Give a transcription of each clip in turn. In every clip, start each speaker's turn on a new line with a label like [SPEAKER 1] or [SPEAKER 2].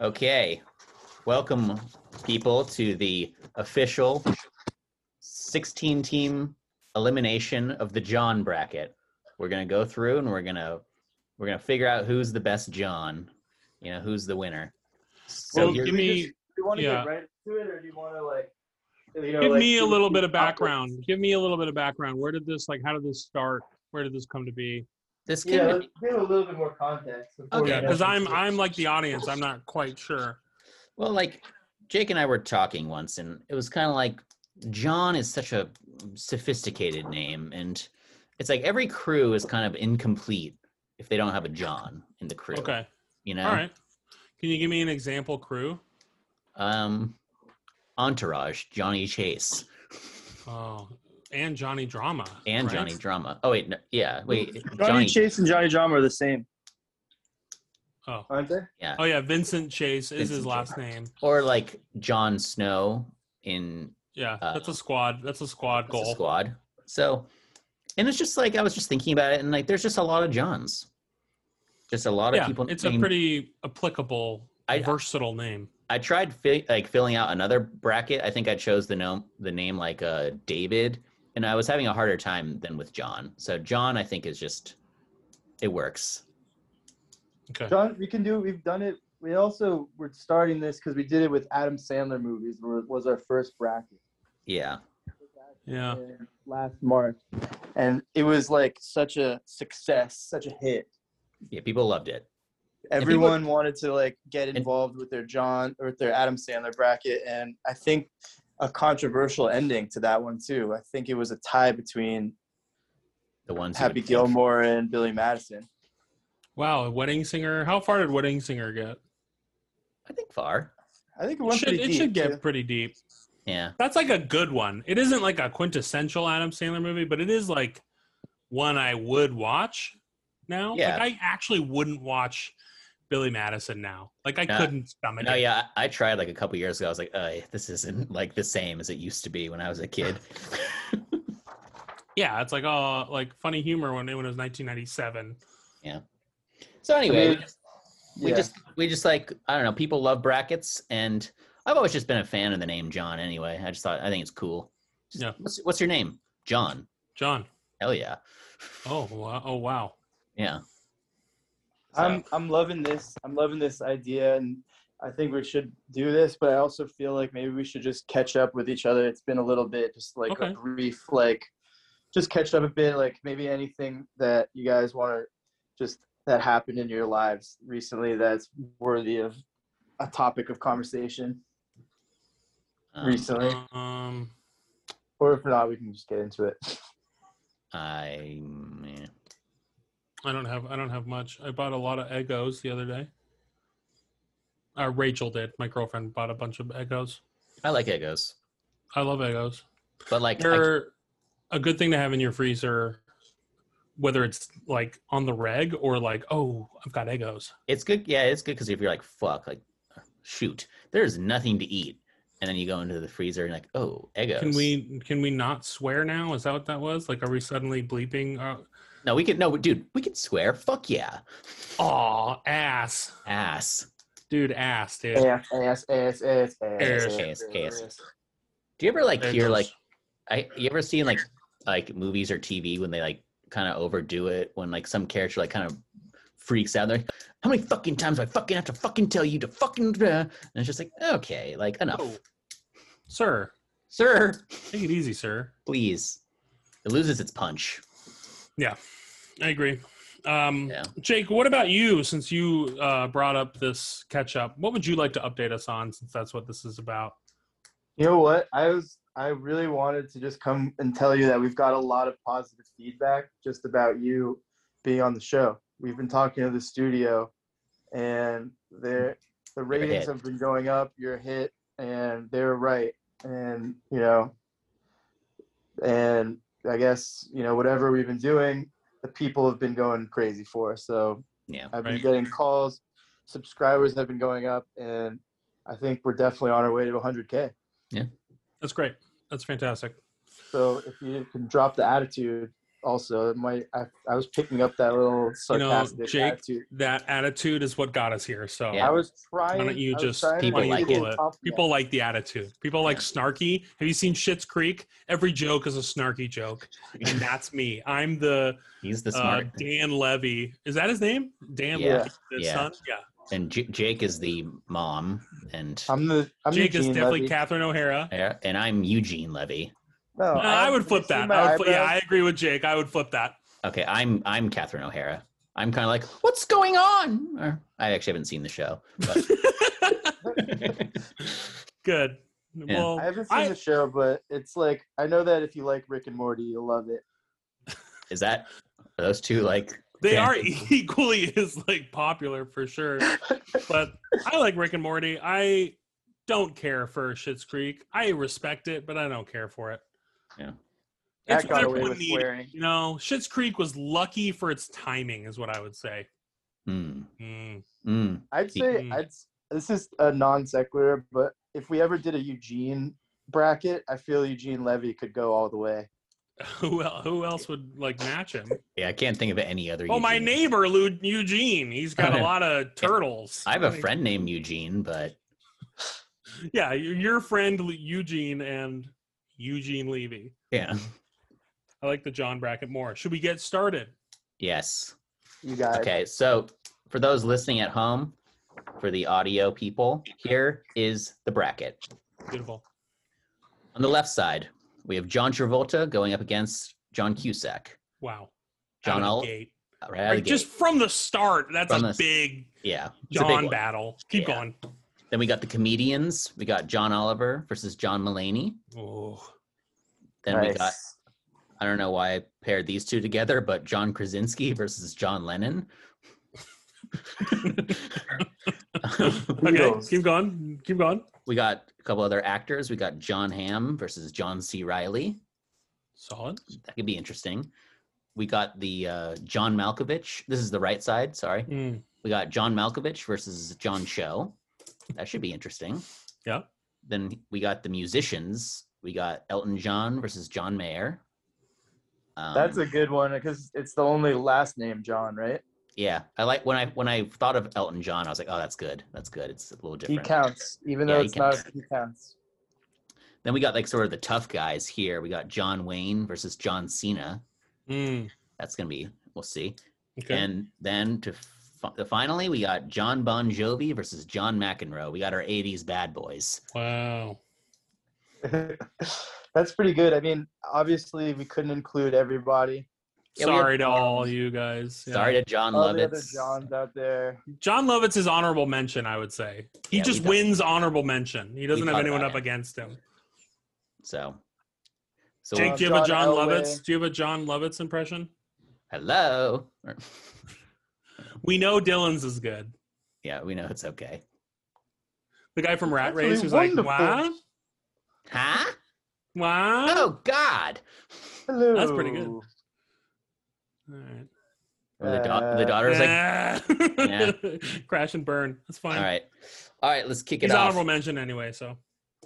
[SPEAKER 1] Okay, welcome people to the official 16 team elimination of the John bracket. We're going to go through and we're going to we're going to figure out who's the best John, you know, who's the winner. So
[SPEAKER 2] Well,
[SPEAKER 1] here-
[SPEAKER 2] give me
[SPEAKER 3] Do you want to
[SPEAKER 2] Yeah.
[SPEAKER 3] get right into it, or do you want to like? You know,
[SPEAKER 2] give
[SPEAKER 3] like,
[SPEAKER 2] me a
[SPEAKER 3] do-
[SPEAKER 2] little
[SPEAKER 3] do
[SPEAKER 2] bit of
[SPEAKER 3] topics?
[SPEAKER 2] background. Give me a little bit of background. Where did this like how did this start? Where did this come to be?
[SPEAKER 1] this
[SPEAKER 3] Yeah,
[SPEAKER 1] can
[SPEAKER 3] let's give a little bit more context. before
[SPEAKER 1] Okay.
[SPEAKER 3] we
[SPEAKER 2] Yeah,
[SPEAKER 3] get
[SPEAKER 2] because
[SPEAKER 3] into
[SPEAKER 2] I'm
[SPEAKER 3] it.
[SPEAKER 2] I'm like the audience. I'm not quite sure.
[SPEAKER 1] Well, like Jake and I were talking once, and it was kind of like John is such a sophisticated name, and it's like every crew is kind of incomplete if they don't have a John in the crew.
[SPEAKER 2] Okay.
[SPEAKER 1] You know,
[SPEAKER 2] All right. Can you give me an example crew?
[SPEAKER 1] um, Entourage, Johnny Chase,
[SPEAKER 2] Oh, and Johnny Drama.
[SPEAKER 1] and
[SPEAKER 2] right?
[SPEAKER 1] Johnny Drama. Oh wait, no, yeah, wait,
[SPEAKER 3] Johnny,
[SPEAKER 1] Johnny.
[SPEAKER 3] Chase and Johnny Drama are the same,
[SPEAKER 2] Oh.
[SPEAKER 3] aren't they?
[SPEAKER 1] Yeah,
[SPEAKER 2] Oh yeah, Vincent Chase is
[SPEAKER 1] Vincent
[SPEAKER 2] his last
[SPEAKER 1] Chase.
[SPEAKER 2] name.
[SPEAKER 1] or like John Snow in
[SPEAKER 2] Yeah,
[SPEAKER 1] Uh,
[SPEAKER 2] that's a squad. That's a squad
[SPEAKER 1] That's a
[SPEAKER 2] goal.
[SPEAKER 1] squad. So, and it's just like I was just thinking about it, and like there's just a lot of Johns, just a lot of
[SPEAKER 2] Yeah,
[SPEAKER 1] people.
[SPEAKER 2] it's a
[SPEAKER 1] named-
[SPEAKER 2] pretty applicable,
[SPEAKER 1] I-
[SPEAKER 2] versatile name.
[SPEAKER 1] I tried fi- like filling out another bracket. I think I chose the name the name like uh, David, and I was having a harder time than with John. So John, I think, is just it works.
[SPEAKER 2] Okay.
[SPEAKER 3] John, we can do. We've done it. We also were starting this because we did it with Adam Sandler movies. were- Was our first bracket
[SPEAKER 1] Yeah,
[SPEAKER 2] Yeah.
[SPEAKER 3] uh, last March, and it was like such a success, such a hit.
[SPEAKER 1] yeah, people loved it. And people-
[SPEAKER 3] everyone wanted to like get involved with their John or with their Adam Sandler bracket, and I think a controversial ending to that one too. I think it was a tie between
[SPEAKER 1] The ones who
[SPEAKER 3] Happy
[SPEAKER 1] would-
[SPEAKER 3] Gilmore and Billy Madison.
[SPEAKER 2] Wow, Wedding Singer. How far did Wedding Singer get?
[SPEAKER 1] I think far.
[SPEAKER 3] I think it
[SPEAKER 2] It
[SPEAKER 3] went
[SPEAKER 2] should,
[SPEAKER 3] pretty
[SPEAKER 2] it
[SPEAKER 3] deep.
[SPEAKER 2] should get
[SPEAKER 3] too.
[SPEAKER 2] pretty deep.
[SPEAKER 1] Yeah,
[SPEAKER 2] That's like a good one. It isn't like a quintessential Adam Sandler movie, but it is like one I would watch now.
[SPEAKER 1] Yeah.
[SPEAKER 2] Like I actually wouldn't watch Billy Madison now. Like I
[SPEAKER 1] Yeah.
[SPEAKER 2] couldn't stomach
[SPEAKER 1] no,
[SPEAKER 2] it.
[SPEAKER 1] yeah. I I tried like a couple years ago. I was like, uh, this isn't like the same as it used to be when I was a kid.
[SPEAKER 2] Yeah, it's like oh, like funny humor when when it was 1997.
[SPEAKER 1] so anyway,
[SPEAKER 3] mean,
[SPEAKER 1] we
[SPEAKER 3] Yeah.
[SPEAKER 1] just we just like I don't know. People love brackets, and I've always just been a fan of the name John. Anyway, I just thought I think it's cool. Just,
[SPEAKER 2] Yeah.
[SPEAKER 1] What's what's your name? John.
[SPEAKER 2] John.
[SPEAKER 1] Hell yeah.
[SPEAKER 2] Oh, wow. oh wow.
[SPEAKER 1] Yeah.
[SPEAKER 3] I'm I'm loving this. I'm loving this idea, and I think we should do this. But I also feel like maybe we should just catch up with each other. It's been a little bit, just like
[SPEAKER 2] Okay.
[SPEAKER 3] a brief, like just catch up a bit. Like maybe anything that you guys want to just that happened in your lives recently that's worthy of a topic of conversation
[SPEAKER 1] Um,
[SPEAKER 3] recently,
[SPEAKER 2] Um,
[SPEAKER 3] or if not, we can just get into it.
[SPEAKER 1] I yeah.
[SPEAKER 2] I don't have I don't have much. I bought a lot of Egos the other day. Uh, Rachel did. My girlfriend bought a bunch of Egos.
[SPEAKER 1] I like Egos,
[SPEAKER 2] I love Egos.
[SPEAKER 1] but like I-
[SPEAKER 2] They're a good thing to have in your freezer, whether it's like on the reg or like, oh, I've got Egos.
[SPEAKER 1] it's good. Yeah, it's good because if you're like fuck, like shoot, there's nothing to eat, and then you go into the freezer and like oh Egos.
[SPEAKER 2] Can we can we not swear now? Is that what that was? Like, are we suddenly bleeping? Uh,
[SPEAKER 1] No, we could. No, dude, we could swear. Fuck yeah,
[SPEAKER 2] aw, ass,
[SPEAKER 1] ass.
[SPEAKER 2] dude, ass, dude.
[SPEAKER 3] Ass, ass, ass, ass, ass,
[SPEAKER 1] ass,
[SPEAKER 2] Ass,
[SPEAKER 1] ass. Do you ever like hear
[SPEAKER 2] Egos.
[SPEAKER 1] like I you ever seen like like movies or TV when they like kind of overdo it when like some character like kind of freaks out? They're like, how many fucking times do I fucking have to fucking tell you to fucking? blah?" And it's just like okay, like enough,
[SPEAKER 2] Oh, sir,
[SPEAKER 1] sir.
[SPEAKER 2] take it easy, sir.
[SPEAKER 1] Please, it loses its punch.
[SPEAKER 2] I agree. Um,
[SPEAKER 1] Yeah.
[SPEAKER 2] Jake, what about you? Since you uh, brought up this catch up, what would you like to update us on? Since that's what this is about.
[SPEAKER 3] You know what? I was I really wanted to just come and tell you that we've got a lot of positive feedback just about you being on the show. We've been talking to the studio and their the
[SPEAKER 1] hit.
[SPEAKER 3] ratings have been going up, you're a hit, and they were right. And you know and I guess, you know, whatever we've been doing, the people have been going crazy for. So
[SPEAKER 1] Yeah,
[SPEAKER 3] I've been
[SPEAKER 2] Right.
[SPEAKER 3] getting calls, subscribers have been going up, and I think we're definitely on our way to 100K.
[SPEAKER 2] That's great. That's fantastic.
[SPEAKER 3] So if you can drop the attitude also it might I, I was picking up that little sarcastic
[SPEAKER 2] Jake,
[SPEAKER 3] attitude.
[SPEAKER 2] That attitude is what got us here. So
[SPEAKER 1] Yeah.
[SPEAKER 3] I was trying.
[SPEAKER 2] Why don't you
[SPEAKER 3] I was
[SPEAKER 2] just-
[SPEAKER 3] trying to
[SPEAKER 1] people
[SPEAKER 3] be
[SPEAKER 1] like
[SPEAKER 3] the
[SPEAKER 2] it.
[SPEAKER 3] tough guy.
[SPEAKER 2] people like the attitude. People like
[SPEAKER 1] Yeah.
[SPEAKER 2] snarky. Have you seen Shit's Creek? Every joke is a snarky joke, and that's me. I'm the
[SPEAKER 1] He's the
[SPEAKER 2] uh,
[SPEAKER 1] smart,
[SPEAKER 2] Dan Levy. Is that his name? Dan
[SPEAKER 1] Yeah.
[SPEAKER 2] Levy, the
[SPEAKER 1] Yeah.
[SPEAKER 2] son. Yeah.
[SPEAKER 1] and J- Jake is the mom, and
[SPEAKER 3] I'm the. I'm
[SPEAKER 2] Jake is
[SPEAKER 3] Eugene
[SPEAKER 2] definitely
[SPEAKER 3] Levy.
[SPEAKER 2] Catherine O'Hara.
[SPEAKER 1] yeah, and I'm Eugene Levy.
[SPEAKER 3] No,
[SPEAKER 1] Oh,
[SPEAKER 2] Uh, I would flip that. I would, fl- yeah, I agree with Jake. I would flip that.
[SPEAKER 1] Okay, I'm I'm Catherine O'Hara. I'm kind of like, what's going on? Or, I actually haven't seen the show. But
[SPEAKER 2] Good. Well,
[SPEAKER 3] I haven't seen
[SPEAKER 2] I-
[SPEAKER 3] the show, but it's like I know that if you like Rick and Morty, you'll love it.
[SPEAKER 1] is that are those two like?
[SPEAKER 2] they
[SPEAKER 1] Yeah.
[SPEAKER 2] are equally as like popular for sure. But I like Rick and Morty. I don't care for Shit's Creek. I respect it, but I don't care for it.
[SPEAKER 1] Yeah.
[SPEAKER 2] It's
[SPEAKER 3] That
[SPEAKER 2] what
[SPEAKER 3] got away
[SPEAKER 2] everyone
[SPEAKER 3] with
[SPEAKER 2] needed.
[SPEAKER 3] swearing.
[SPEAKER 2] You know, Shit's Creek was lucky for its timing, is what I would say.
[SPEAKER 1] Mm,
[SPEAKER 2] Mm.
[SPEAKER 1] mm,
[SPEAKER 3] I'd say
[SPEAKER 2] Mhm.
[SPEAKER 3] I'd. s- This is a non sequitur, but if we ever did a Eugene bracket, I feel Eugene Levy could go all the way.
[SPEAKER 2] Who el- who else would like match him?
[SPEAKER 1] yeah, I can't think of any other.
[SPEAKER 2] Oh, my
[SPEAKER 1] Eugene.
[SPEAKER 2] neighbor Lu- Eugene. He's got a
[SPEAKER 1] Okay.
[SPEAKER 2] lot of turtles.
[SPEAKER 1] I have a friend named Eugene, but
[SPEAKER 2] Yeah, y- your friend Lu- Eugene and Eugene Levy.
[SPEAKER 1] yeah,
[SPEAKER 2] I like the John bracket more. Should we get started?
[SPEAKER 1] yes.
[SPEAKER 3] You guys.
[SPEAKER 1] Okay, so for those listening at home, for the audio people, here is the bracket.
[SPEAKER 2] Beautiful.
[SPEAKER 1] On the left side, we have John Travolta going up against John Cusack.
[SPEAKER 2] Wow.
[SPEAKER 1] John
[SPEAKER 2] Out of
[SPEAKER 1] Oliver.
[SPEAKER 2] the gate.
[SPEAKER 1] Right out of the
[SPEAKER 2] Like, just
[SPEAKER 1] gate.
[SPEAKER 2] from the start, that's
[SPEAKER 1] From
[SPEAKER 2] a
[SPEAKER 1] the-
[SPEAKER 2] big
[SPEAKER 1] yeah, it's a big
[SPEAKER 2] John
[SPEAKER 1] one.
[SPEAKER 2] battle. Keep
[SPEAKER 1] Yeah.
[SPEAKER 2] going.
[SPEAKER 1] Then we got the comedians. We got John Oliver versus John Mulaney.
[SPEAKER 2] Oh,
[SPEAKER 1] Then we
[SPEAKER 3] Nice.
[SPEAKER 1] got I don't know why I paired these two together, but John Krasinski versus John Lennon.
[SPEAKER 2] okay.
[SPEAKER 3] Beatles.
[SPEAKER 2] Keep going. Keep going.
[SPEAKER 1] we got a couple other actors. We got John Hamm versus John C. Riley.
[SPEAKER 2] Solid.
[SPEAKER 1] That could be interesting. We got the uh, John Malkovich. This is the right side. Sorry,
[SPEAKER 2] Mm.
[SPEAKER 1] we got John Malkovich versus John Cho. That should be interesting.
[SPEAKER 2] Yeah.
[SPEAKER 1] Then we got the musicians. We got Elton John versus John Mayer. Um,
[SPEAKER 3] That's a good one because it's the only last name John, right?
[SPEAKER 1] yeah. I like when I when I thought of Elton John, I was like, oh, that's good. That's good. It's a little
[SPEAKER 3] He
[SPEAKER 1] different.
[SPEAKER 3] counts, even
[SPEAKER 1] Yeah,
[SPEAKER 3] though
[SPEAKER 1] he
[SPEAKER 3] it's not. He counts.
[SPEAKER 1] then we got like sort of the tough guys here. We got John Wayne versus John Cena.
[SPEAKER 2] Mm.
[SPEAKER 1] That's gonna be. We'll see.
[SPEAKER 2] Okay.
[SPEAKER 1] And then to f- finally, we got John Bon Jovi versus John McEnroe. We got our '80s bad boys.
[SPEAKER 2] wow.
[SPEAKER 3] That's pretty good. I mean, obviously, we couldn't include everybody.
[SPEAKER 1] Yeah, we have-
[SPEAKER 2] Sorry to all you guys. Yeah.
[SPEAKER 1] Sorry to John
[SPEAKER 3] All the other
[SPEAKER 1] Lovitz.
[SPEAKER 3] Johns out there.
[SPEAKER 2] John Lovitz is honorable mention, I would say. He
[SPEAKER 1] Yeah, we
[SPEAKER 2] just
[SPEAKER 1] thought-
[SPEAKER 2] wins honorable mention. He doesn't
[SPEAKER 1] We
[SPEAKER 2] have
[SPEAKER 1] thought
[SPEAKER 2] anyone
[SPEAKER 1] about
[SPEAKER 2] up
[SPEAKER 1] it.
[SPEAKER 2] against him.
[SPEAKER 1] So, so
[SPEAKER 2] Jake,
[SPEAKER 3] uh,
[SPEAKER 2] do you have a
[SPEAKER 3] John
[SPEAKER 2] John
[SPEAKER 3] Elway.
[SPEAKER 2] Lovitz? Do you have a John Lovitz impression?
[SPEAKER 1] hello.
[SPEAKER 2] We know Dylan's is good.
[SPEAKER 1] yeah, we know it's okay.
[SPEAKER 2] The guy from Rat
[SPEAKER 3] That's
[SPEAKER 2] Race
[SPEAKER 3] really
[SPEAKER 2] who's like,
[SPEAKER 3] wonderful.
[SPEAKER 2] wow,
[SPEAKER 1] Huh?
[SPEAKER 2] wow.
[SPEAKER 1] Oh God!
[SPEAKER 3] Hello.
[SPEAKER 2] That's pretty good. All right.
[SPEAKER 1] Or the, da- the
[SPEAKER 3] Uh,
[SPEAKER 1] daughter's like,
[SPEAKER 2] Nah. Crash and burn. That's fine.
[SPEAKER 1] all right, all right, let's kick it
[SPEAKER 2] He's
[SPEAKER 1] off.
[SPEAKER 2] honorable mention anyway, so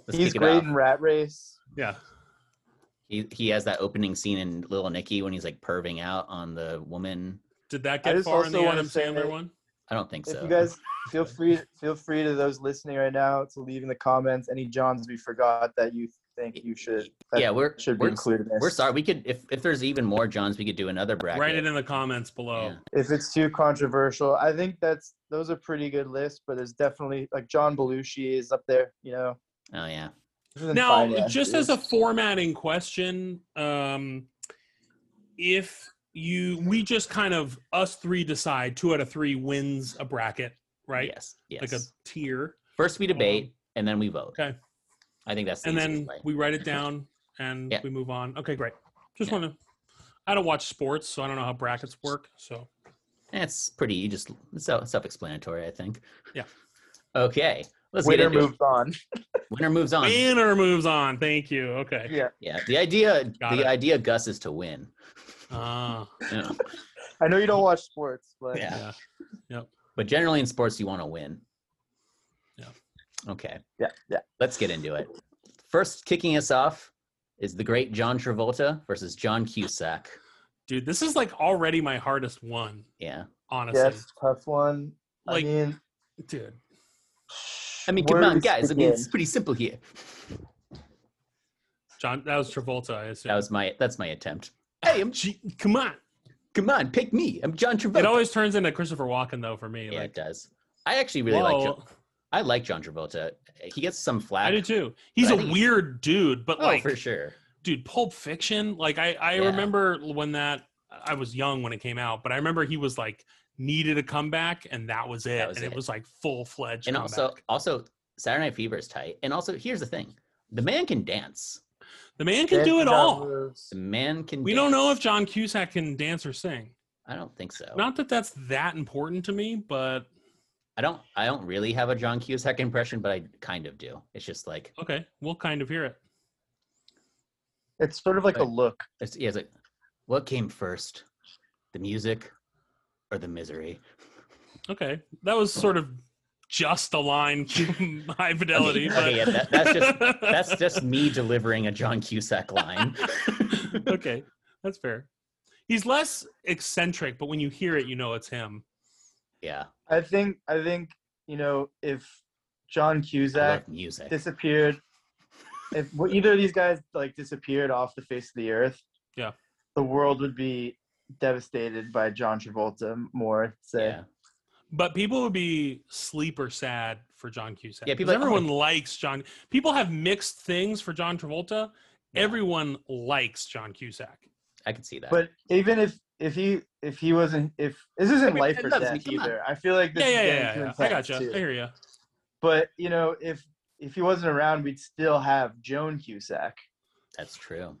[SPEAKER 1] Let's
[SPEAKER 3] He's
[SPEAKER 1] kick
[SPEAKER 3] great
[SPEAKER 1] it off.
[SPEAKER 3] in Rat Race.
[SPEAKER 2] yeah.
[SPEAKER 1] He he has that opening scene in Little Nicky when he's like perving out on the woman.
[SPEAKER 2] Did that
[SPEAKER 3] I
[SPEAKER 2] get
[SPEAKER 3] just
[SPEAKER 2] far in
[SPEAKER 3] also
[SPEAKER 2] the
[SPEAKER 3] wanna
[SPEAKER 2] Adam
[SPEAKER 3] say-
[SPEAKER 2] Sandler one?
[SPEAKER 1] I don't think so.
[SPEAKER 3] If you guys feel free, feel free to those listening right now to leave in the comments any Johns we forgot that you think you should that
[SPEAKER 1] yeah, we're
[SPEAKER 3] should be
[SPEAKER 1] we're,
[SPEAKER 3] included. In this.
[SPEAKER 1] we're sorry. We could if if there's even more Johns, we could do another bracket.
[SPEAKER 2] Write it in the comments below.
[SPEAKER 1] Yeah.
[SPEAKER 3] if it's too controversial. I think that's those are pretty good lists, but there's definitely like John Belushi is up there. You know,
[SPEAKER 1] Oh yeah.
[SPEAKER 2] Now, just as a formatting question, um, if you we just kind of us three decide two out of three wins a bracket, right?
[SPEAKER 1] Yes. Yes.
[SPEAKER 2] Like a tier,
[SPEAKER 1] First we debate and then we vote.
[SPEAKER 2] Okay.
[SPEAKER 1] I think that's the
[SPEAKER 2] and
[SPEAKER 1] easiest
[SPEAKER 2] then
[SPEAKER 1] way.
[SPEAKER 2] we write it down and
[SPEAKER 1] Mm-hmm. Yeah.
[SPEAKER 2] we move on. Okay, great. Just
[SPEAKER 1] Yeah.
[SPEAKER 2] want to. I don't watch sports, so I don't know how brackets work. So
[SPEAKER 1] That's pretty. You just Eh, it's self- self-explanatory, I think.
[SPEAKER 2] Yeah.
[SPEAKER 1] Okay. Let's get
[SPEAKER 3] winner
[SPEAKER 1] into it.
[SPEAKER 3] moved on.
[SPEAKER 1] Winner moves on.
[SPEAKER 2] winner moves on. Thank you. Okay.
[SPEAKER 3] Yeah,
[SPEAKER 1] Yeah. The idea.
[SPEAKER 2] Got
[SPEAKER 1] the
[SPEAKER 2] it.
[SPEAKER 1] idea, Gus, is to win.
[SPEAKER 2] Ah,
[SPEAKER 1] Yeah.
[SPEAKER 3] I know you don't watch sports, but
[SPEAKER 1] Yeah.
[SPEAKER 2] yeah.
[SPEAKER 1] But generally in sports, you want to win.
[SPEAKER 2] Yeah.
[SPEAKER 1] Okay.
[SPEAKER 3] yeah, yeah.
[SPEAKER 1] Let's get into it. First, kicking us off is the great John Travolta versus John Cusack.
[SPEAKER 2] Dude, this is like already my hardest one,
[SPEAKER 1] Yeah.
[SPEAKER 2] honestly.
[SPEAKER 3] Yes, tough one.
[SPEAKER 2] Like-
[SPEAKER 3] I mean,
[SPEAKER 2] Dude,
[SPEAKER 1] I mean, come
[SPEAKER 3] where
[SPEAKER 1] on,
[SPEAKER 3] to
[SPEAKER 1] guys. I mean,
[SPEAKER 3] begin?
[SPEAKER 1] it's pretty simple here.
[SPEAKER 2] John, that was Travolta, I assume.
[SPEAKER 1] That was my. That's my attempt. Hey, I'm,
[SPEAKER 2] Gee, come on.
[SPEAKER 1] come on, pick me. I'm John Travolta.
[SPEAKER 2] It always turns into Christopher Walken, though, for me.
[SPEAKER 1] yeah, it
[SPEAKER 2] like,
[SPEAKER 1] does. I actually really like.
[SPEAKER 2] whoa,
[SPEAKER 1] John, I like John Travolta. He gets some flack.
[SPEAKER 2] I do too. He's
[SPEAKER 1] I
[SPEAKER 2] a
[SPEAKER 1] think-
[SPEAKER 2] weird dude, but
[SPEAKER 1] Oh,
[SPEAKER 2] like,
[SPEAKER 1] for sure.
[SPEAKER 2] dude, Pulp Fiction. Like, I, I
[SPEAKER 1] Yeah.
[SPEAKER 2] remember when that, I was young when it came out, but I remember he was like, needed a comeback, and that was it.
[SPEAKER 1] was
[SPEAKER 2] and it.
[SPEAKER 1] it.
[SPEAKER 2] was like full fledged.
[SPEAKER 1] And also, also Saturday Night Fever is tight. And also, here's the thing: the man can dance.
[SPEAKER 2] the man can
[SPEAKER 3] Dan's
[SPEAKER 2] do it
[SPEAKER 3] got
[SPEAKER 2] all.
[SPEAKER 3] moves.
[SPEAKER 1] The man can.
[SPEAKER 2] We
[SPEAKER 1] dance.
[SPEAKER 2] don't know if John Cusack can dance or sing.
[SPEAKER 1] I don't think so.
[SPEAKER 2] Not that that's that important to me, but
[SPEAKER 1] I don't. I don't really have a John Cusack impression, but I kind of do. It's just like
[SPEAKER 2] okay, we'll kind of hear it.
[SPEAKER 3] It's sort of like a
[SPEAKER 1] Right.
[SPEAKER 3] look.
[SPEAKER 1] it's, yeah, it's like, what came first, the music, or the misery?
[SPEAKER 2] Okay, that was sort of just a line from High Fidelity.
[SPEAKER 1] Okay,
[SPEAKER 2] but...
[SPEAKER 1] yeah, that- that's just- That's just me delivering a John Cusack line.
[SPEAKER 2] okay. That's fair. He's less eccentric, but when you hear it, you know it's him.
[SPEAKER 1] yeah,
[SPEAKER 3] I think. I think you know if John
[SPEAKER 1] I
[SPEAKER 3] Cusack
[SPEAKER 1] love music.
[SPEAKER 3] disappeared, if well, either of these guys like disappeared off the face of the earth,
[SPEAKER 2] Yeah.
[SPEAKER 3] the world would be devastated by John Travolta more. I'd say.
[SPEAKER 1] yeah,
[SPEAKER 2] But people would be sleep or sad for John Cusack.
[SPEAKER 1] Yeah,
[SPEAKER 2] Yeah,
[SPEAKER 1] people
[SPEAKER 2] people
[SPEAKER 1] like, oh my-
[SPEAKER 2] everyone likes John. People have mixed things for John Travolta.
[SPEAKER 1] Yeah.
[SPEAKER 2] Everyone likes John Cusack.
[SPEAKER 1] I can see that.
[SPEAKER 3] But even if if he if he wasn't if this isn't
[SPEAKER 1] I mean,
[SPEAKER 3] life
[SPEAKER 1] it
[SPEAKER 3] or
[SPEAKER 1] loves
[SPEAKER 3] death
[SPEAKER 1] me, come on.
[SPEAKER 3] either. I feel like this
[SPEAKER 2] Yeah, yeah,
[SPEAKER 3] is
[SPEAKER 2] yeah,
[SPEAKER 3] getting
[SPEAKER 2] yeah.
[SPEAKER 3] too
[SPEAKER 2] yeah.
[SPEAKER 3] intense
[SPEAKER 2] I gotcha. I
[SPEAKER 3] too.
[SPEAKER 2] hear you.
[SPEAKER 3] But you know if if he wasn't around, we'd still have Joan Cusack,
[SPEAKER 1] That's true.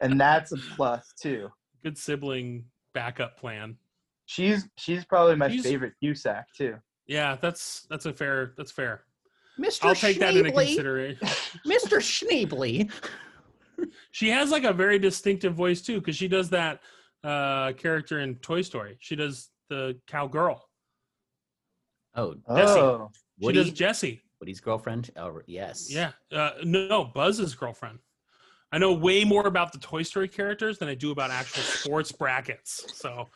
[SPEAKER 3] and that's a plus too.
[SPEAKER 2] Good sibling backup plan.
[SPEAKER 3] She's she's probably my
[SPEAKER 2] She's-
[SPEAKER 3] favorite Cusack too.
[SPEAKER 2] Yeah, that's that's a fair that's fair.
[SPEAKER 1] Mr.
[SPEAKER 2] I'll take that into
[SPEAKER 1] Schneebly,
[SPEAKER 2] consideration.
[SPEAKER 1] Mr. Schneebly.
[SPEAKER 2] She has like a very distinctive voice too, because she does that uh character in Toy Story. She does the cowgirl.
[SPEAKER 1] Oh,
[SPEAKER 2] Jesse.
[SPEAKER 3] Oh,
[SPEAKER 1] Woody,
[SPEAKER 2] She does Jesse.
[SPEAKER 1] Woody's girlfriend. Oh, yes.
[SPEAKER 2] Yeah. Uh, no, no, Buzz's girlfriend. I know way more about the Toy Story characters than I do about actual sports brackets. So.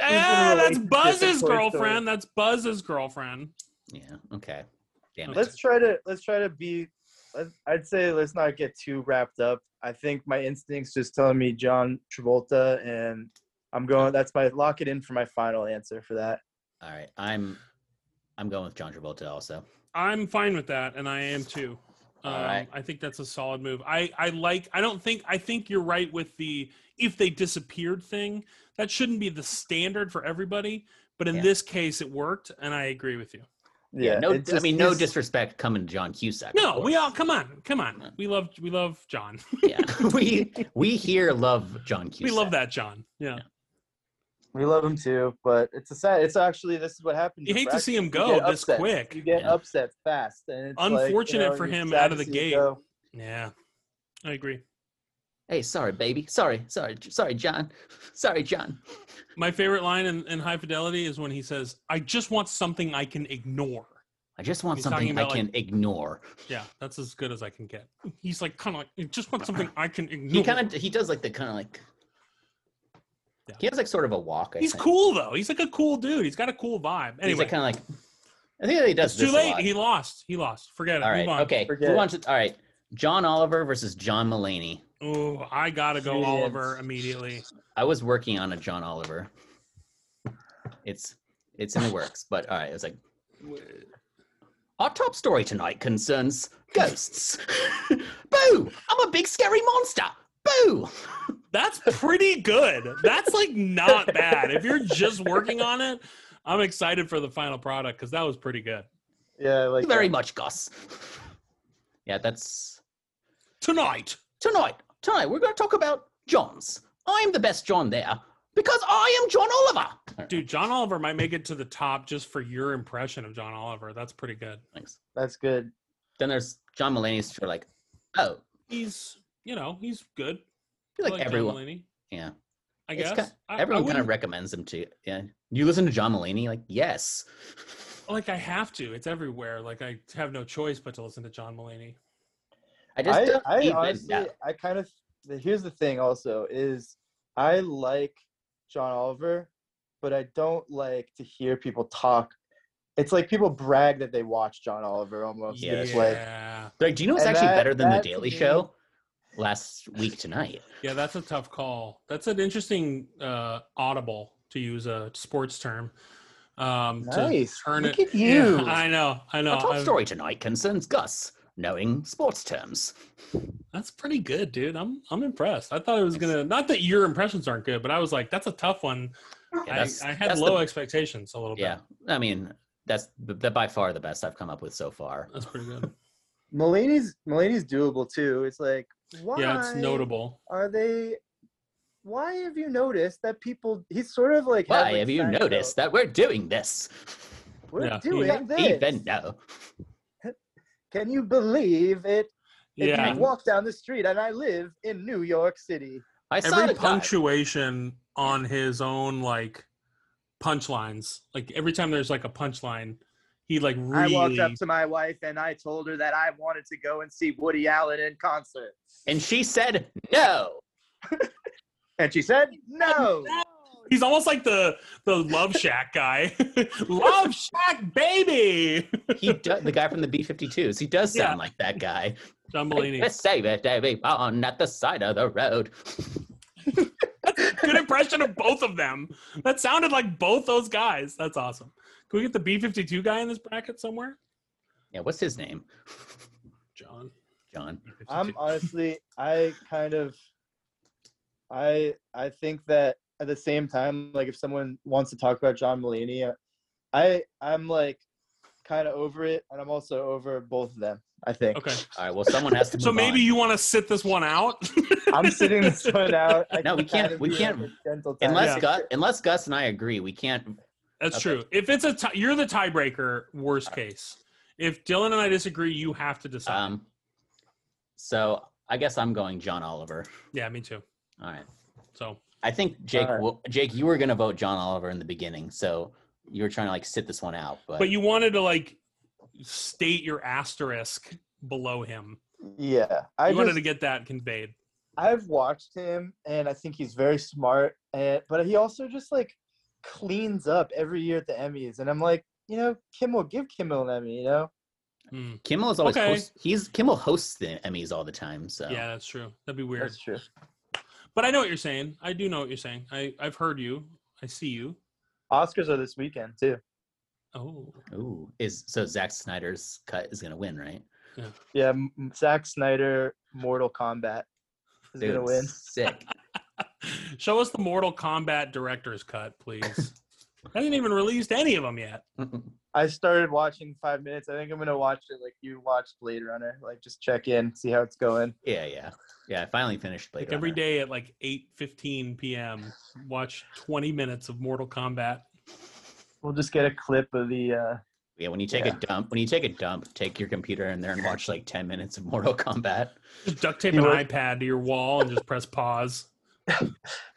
[SPEAKER 2] Ah, that's
[SPEAKER 3] relationship with Toy
[SPEAKER 2] Buzz's
[SPEAKER 3] Story?
[SPEAKER 2] girlfriend. That's Buzz's girlfriend.
[SPEAKER 1] Yeah. Okay. Damn it.
[SPEAKER 3] let's try to let's try to be. let's- I'd say let's not get too wrapped up. I think my instincts just telling me John Travolta, and I'm going. That's my lock it in for my final answer for that.
[SPEAKER 1] All right. I'm I'm going with John Travolta also.
[SPEAKER 2] I'm fine with that, and I am too. Um,
[SPEAKER 1] All right.
[SPEAKER 2] I think that's a solid move. I, I like. I don't think. I think you're right with the if they disappeared thing. That shouldn't be the standard for everybody, but in
[SPEAKER 1] Yeah.
[SPEAKER 2] this case, it worked, and I agree with you.
[SPEAKER 3] Yeah,
[SPEAKER 1] no,
[SPEAKER 3] it's
[SPEAKER 1] I
[SPEAKER 3] just-
[SPEAKER 1] mean no
[SPEAKER 3] it's-
[SPEAKER 1] disrespect coming to John Cusack. of
[SPEAKER 2] No, we
[SPEAKER 1] course.
[SPEAKER 2] all come on, come on. We love we love John.
[SPEAKER 1] yeah. we we here love John Cusack.
[SPEAKER 2] we love that John. Yeah,
[SPEAKER 3] We love him too, but it's a sad. It's actually this is what happens.
[SPEAKER 2] you
[SPEAKER 3] with
[SPEAKER 2] hate to
[SPEAKER 3] brackets.
[SPEAKER 2] see him
[SPEAKER 3] get
[SPEAKER 2] go this
[SPEAKER 3] upset. You
[SPEAKER 2] quick.
[SPEAKER 3] get
[SPEAKER 1] Yeah.
[SPEAKER 3] upset fast, and it's like, you
[SPEAKER 2] Unfortunate
[SPEAKER 3] know,
[SPEAKER 2] for
[SPEAKER 3] you're
[SPEAKER 2] him
[SPEAKER 3] sad
[SPEAKER 2] out of
[SPEAKER 3] to
[SPEAKER 2] the
[SPEAKER 3] see him
[SPEAKER 2] gate.
[SPEAKER 3] go.
[SPEAKER 2] Yeah, I agree.
[SPEAKER 1] Hey, sorry, baby. Sorry, sorry, J- sorry, John. Sorry, John.
[SPEAKER 2] My favorite line in, in High Fidelity is when he says, "I just want something I can ignore."
[SPEAKER 1] I just want
[SPEAKER 2] He's talking
[SPEAKER 1] something I
[SPEAKER 2] about, like-
[SPEAKER 1] can ignore.
[SPEAKER 2] Yeah, that's as good as I can get. He's like kind of like "I just want something I can ignore.
[SPEAKER 1] He kind of he does like the kind of like
[SPEAKER 2] Yeah.
[SPEAKER 1] he has like sort of a walk. I
[SPEAKER 2] He's
[SPEAKER 1] think.
[SPEAKER 2] cool though. He's like a cool dude. He's got a cool vibe.
[SPEAKER 1] He's
[SPEAKER 2] Anyway,
[SPEAKER 1] like, kind of like I think that he does
[SPEAKER 2] it's too
[SPEAKER 1] this a
[SPEAKER 2] late.
[SPEAKER 1] lot.
[SPEAKER 2] He lost. He lost. Forget it.
[SPEAKER 1] all right.
[SPEAKER 2] Move on.
[SPEAKER 1] Okay.
[SPEAKER 3] Forget
[SPEAKER 1] Move
[SPEAKER 3] it.
[SPEAKER 1] on to, all right. John Oliver versus John Mulaney.
[SPEAKER 2] Oh, I gotta go
[SPEAKER 3] Shit.
[SPEAKER 2] Oliver immediately.
[SPEAKER 1] I was working on a John Oliver. It's it's in the works, but all right. It was like our top story tonight concerns ghosts. Boo! I'm a big scary monster. Boo!
[SPEAKER 2] That's pretty good. That's like not bad. If you're just working on it, I'm excited for the final product because that was pretty good.
[SPEAKER 3] Yeah, like
[SPEAKER 1] Very
[SPEAKER 3] that.
[SPEAKER 1] much, Gus. Yeah, that's
[SPEAKER 2] Tonight.
[SPEAKER 1] tonight. Tonight we're going to talk about Johns. I'm the best John there because I am John Oliver. All right,
[SPEAKER 2] Dude, John Oliver might make it to the top just for your impression of John Oliver. That's pretty good.
[SPEAKER 1] thanks.
[SPEAKER 3] That's good.
[SPEAKER 1] Then there's John Mulaney's. Sort of like, oh,
[SPEAKER 2] He's, you know, he's good.
[SPEAKER 1] I feel like,
[SPEAKER 2] John
[SPEAKER 1] everyone.
[SPEAKER 2] Mulaney,
[SPEAKER 1] Yeah.
[SPEAKER 2] I
[SPEAKER 1] It's
[SPEAKER 2] guess.
[SPEAKER 1] ki-
[SPEAKER 2] I- I
[SPEAKER 1] Everyone kind
[SPEAKER 2] wouldn't-
[SPEAKER 1] of recommends him to. Yeah, you listen to John Mulaney, like yes,
[SPEAKER 2] like I have to. It's everywhere. Like I have no choice but to listen to John Mulaney.
[SPEAKER 1] I just
[SPEAKER 3] I,
[SPEAKER 1] don't
[SPEAKER 3] I
[SPEAKER 1] even-
[SPEAKER 3] honestly,
[SPEAKER 1] yeah.
[SPEAKER 3] I kind of. Here's the thing. Also, is I like John Oliver, but I don't like to hear people talk. It's like people brag that they watch John Oliver almost.
[SPEAKER 2] Yeah.
[SPEAKER 3] It's like
[SPEAKER 2] yeah.
[SPEAKER 1] Like, do you know what's
[SPEAKER 3] And
[SPEAKER 1] actually
[SPEAKER 3] that-
[SPEAKER 1] better than the
[SPEAKER 3] that to
[SPEAKER 1] Daily
[SPEAKER 3] me-
[SPEAKER 1] Show? Last week tonight.
[SPEAKER 2] that's a tough call. That's an interesting uh, audible to use a sports term. Um,
[SPEAKER 3] nice.
[SPEAKER 2] To turn
[SPEAKER 3] Look
[SPEAKER 2] it.
[SPEAKER 3] at you.
[SPEAKER 2] Yeah, I know. I know.
[SPEAKER 1] Our top
[SPEAKER 2] I've-
[SPEAKER 1] story tonight concerns Gus knowing sports terms.
[SPEAKER 2] That's pretty good, dude. I'm I'm impressed. I thought it was gonna. Not that your impressions aren't good, but I was like, that's a tough one.
[SPEAKER 1] Yeah, that's-
[SPEAKER 2] I, I had
[SPEAKER 1] that's the-
[SPEAKER 2] low expectations a little bit.
[SPEAKER 1] Yeah, I mean that's th- that by far the best I've come up with so far.
[SPEAKER 2] that's pretty good.
[SPEAKER 3] Mulaney's Mulaney's doable too. It's like why
[SPEAKER 2] Yeah, it's notable.
[SPEAKER 3] are they why have you noticed that people he's sort of like
[SPEAKER 1] Why
[SPEAKER 3] has, like,
[SPEAKER 1] have you
[SPEAKER 3] Seinfeld,
[SPEAKER 1] noticed that we're doing this?
[SPEAKER 3] we're
[SPEAKER 2] Yeah.
[SPEAKER 3] doing
[SPEAKER 2] Yeah.
[SPEAKER 3] this
[SPEAKER 1] Even though
[SPEAKER 3] can you believe it if
[SPEAKER 2] Yeah,
[SPEAKER 3] you walk down the street and i live in new york city
[SPEAKER 1] I saw
[SPEAKER 2] every
[SPEAKER 1] the guy-
[SPEAKER 2] punctuation on his own like punchlines. Like every time there's like a punchline, he like really.
[SPEAKER 3] i walked up to my wife and i told her that i wanted to go and see woody allen in concert
[SPEAKER 1] and she said no.
[SPEAKER 3] and she said no
[SPEAKER 2] He's almost like the the Love Shack guy. Love Shack, baby.
[SPEAKER 1] He do- the guy from the B 52s. He does sound
[SPEAKER 2] Yeah.
[SPEAKER 1] like that guy.
[SPEAKER 2] John Mulaney.
[SPEAKER 1] Let's save it, Davey. On at the side of the road.
[SPEAKER 2] good impression of both of them. That sounded like both those guys. That's awesome. Can we get the B fifty two guy in this bracket somewhere?
[SPEAKER 1] Yeah, what's his name?
[SPEAKER 2] John.
[SPEAKER 1] John.
[SPEAKER 2] B-52.
[SPEAKER 3] i'm honestly i kind of i i think that at the same time like if someone wants to talk about john Mulaney, i i'm like kind of over it and i'm also over both of them i think
[SPEAKER 2] okay.
[SPEAKER 1] All right. Well, someone has to.
[SPEAKER 2] So
[SPEAKER 1] move
[SPEAKER 2] maybe
[SPEAKER 1] on.
[SPEAKER 2] you want to sit this one out.
[SPEAKER 3] i'm sitting this one out I
[SPEAKER 1] No, we
[SPEAKER 3] can
[SPEAKER 1] can't-
[SPEAKER 3] kind of
[SPEAKER 1] we
[SPEAKER 3] be like
[SPEAKER 1] can't-
[SPEAKER 3] a gentle time.
[SPEAKER 1] unless
[SPEAKER 2] Yeah.
[SPEAKER 1] Gus, unless Gus and I agree, we can't.
[SPEAKER 2] That's
[SPEAKER 1] Okay.
[SPEAKER 2] true. If it's a tie, you're the tiebreaker. Worst case. If Dylan and I disagree, you have to decide.
[SPEAKER 1] Um, so I guess I'm going John Oliver.
[SPEAKER 2] yeah, me too.
[SPEAKER 1] All right.
[SPEAKER 2] So
[SPEAKER 1] I think Jake,
[SPEAKER 3] Alright.
[SPEAKER 1] will, Jake, you were gonna vote John Oliver in the beginning, so you were trying to like sit this one out. But,
[SPEAKER 2] but you wanted to like state your asterisk below him.
[SPEAKER 3] yeah
[SPEAKER 2] You
[SPEAKER 3] i
[SPEAKER 2] wanted
[SPEAKER 3] just,
[SPEAKER 2] to get that conveyed.
[SPEAKER 3] i've watched him and i think he's very smart and but he also just like cleans up every year at the emmys and i'm like you know kimmel give kimmel an emmy you know
[SPEAKER 2] Hmm.
[SPEAKER 1] Kimmel is always
[SPEAKER 2] Okay.
[SPEAKER 1] host, he's Kimmel hosts the Emmys all the time, so
[SPEAKER 2] Yeah, that's true. That'd be weird.
[SPEAKER 3] that's true
[SPEAKER 2] But I know what you're saying. I do know what you're saying. I, I've heard you. I see you.
[SPEAKER 3] Oscars are this weekend too.
[SPEAKER 2] Oh,
[SPEAKER 1] Ooh, is so Zack Snyder's cut is gonna win, right?
[SPEAKER 3] Yeah, M- M- Zack Snyder, Mortal Kombat is
[SPEAKER 1] Dude,
[SPEAKER 3] gonna win.
[SPEAKER 1] Sick.
[SPEAKER 2] show us the Mortal Kombat director's cut, please. I haven't even released any of them yet.
[SPEAKER 3] I started watching five minutes. I think I'm gonna watch it like you watched Blade Runner. Like just check in, see how it's going.
[SPEAKER 1] yeah, yeah, yeah. I finally finished Blade
[SPEAKER 2] Like every
[SPEAKER 1] Runner.
[SPEAKER 2] day at like 8:15 p.m. Watch 20 minutes of Mortal Kombat.
[SPEAKER 3] We'll just get a clip of the. uh
[SPEAKER 1] Yeah, when you take
[SPEAKER 3] Yeah.
[SPEAKER 1] a dump, when you take a dump, take your computer in there and watch like ten minutes of Mortal Kombat.
[SPEAKER 2] Just duct tape
[SPEAKER 3] You
[SPEAKER 2] an
[SPEAKER 3] want-
[SPEAKER 2] iPad to your wall and just press pause.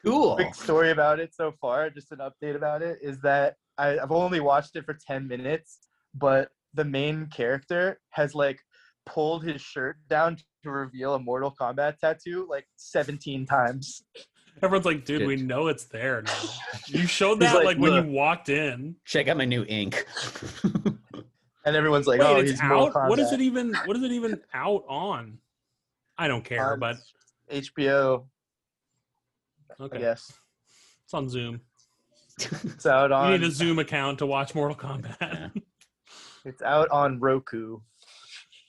[SPEAKER 1] Cool.
[SPEAKER 3] quick story about it so far. Just an update about it is that I, I've only watched it for ten minutes, but the main character has like pulled his shirt down to reveal a Mortal Kombat tattoo like 17 times.
[SPEAKER 2] Everyone's like, dude, we
[SPEAKER 1] Good.
[SPEAKER 2] know it's there now. You showed
[SPEAKER 3] He's
[SPEAKER 2] that like,
[SPEAKER 3] like,
[SPEAKER 2] when
[SPEAKER 3] "Look."
[SPEAKER 2] you walked in.
[SPEAKER 1] Check out my new ink.
[SPEAKER 3] And everyone's like,
[SPEAKER 2] Wait,
[SPEAKER 3] "Oh,
[SPEAKER 2] it's
[SPEAKER 3] he's Mortal
[SPEAKER 2] out. What is
[SPEAKER 3] Kombat."
[SPEAKER 2] it even? What is it even out on? I don't care,
[SPEAKER 3] On
[SPEAKER 2] but
[SPEAKER 3] HBO,
[SPEAKER 2] okay,
[SPEAKER 3] I guess.
[SPEAKER 2] it's on Zoom.
[SPEAKER 3] It's out
[SPEAKER 2] You
[SPEAKER 3] on
[SPEAKER 2] need a Zoom account to watch Mortal Kombat.
[SPEAKER 1] Yeah.
[SPEAKER 3] it's out on Roku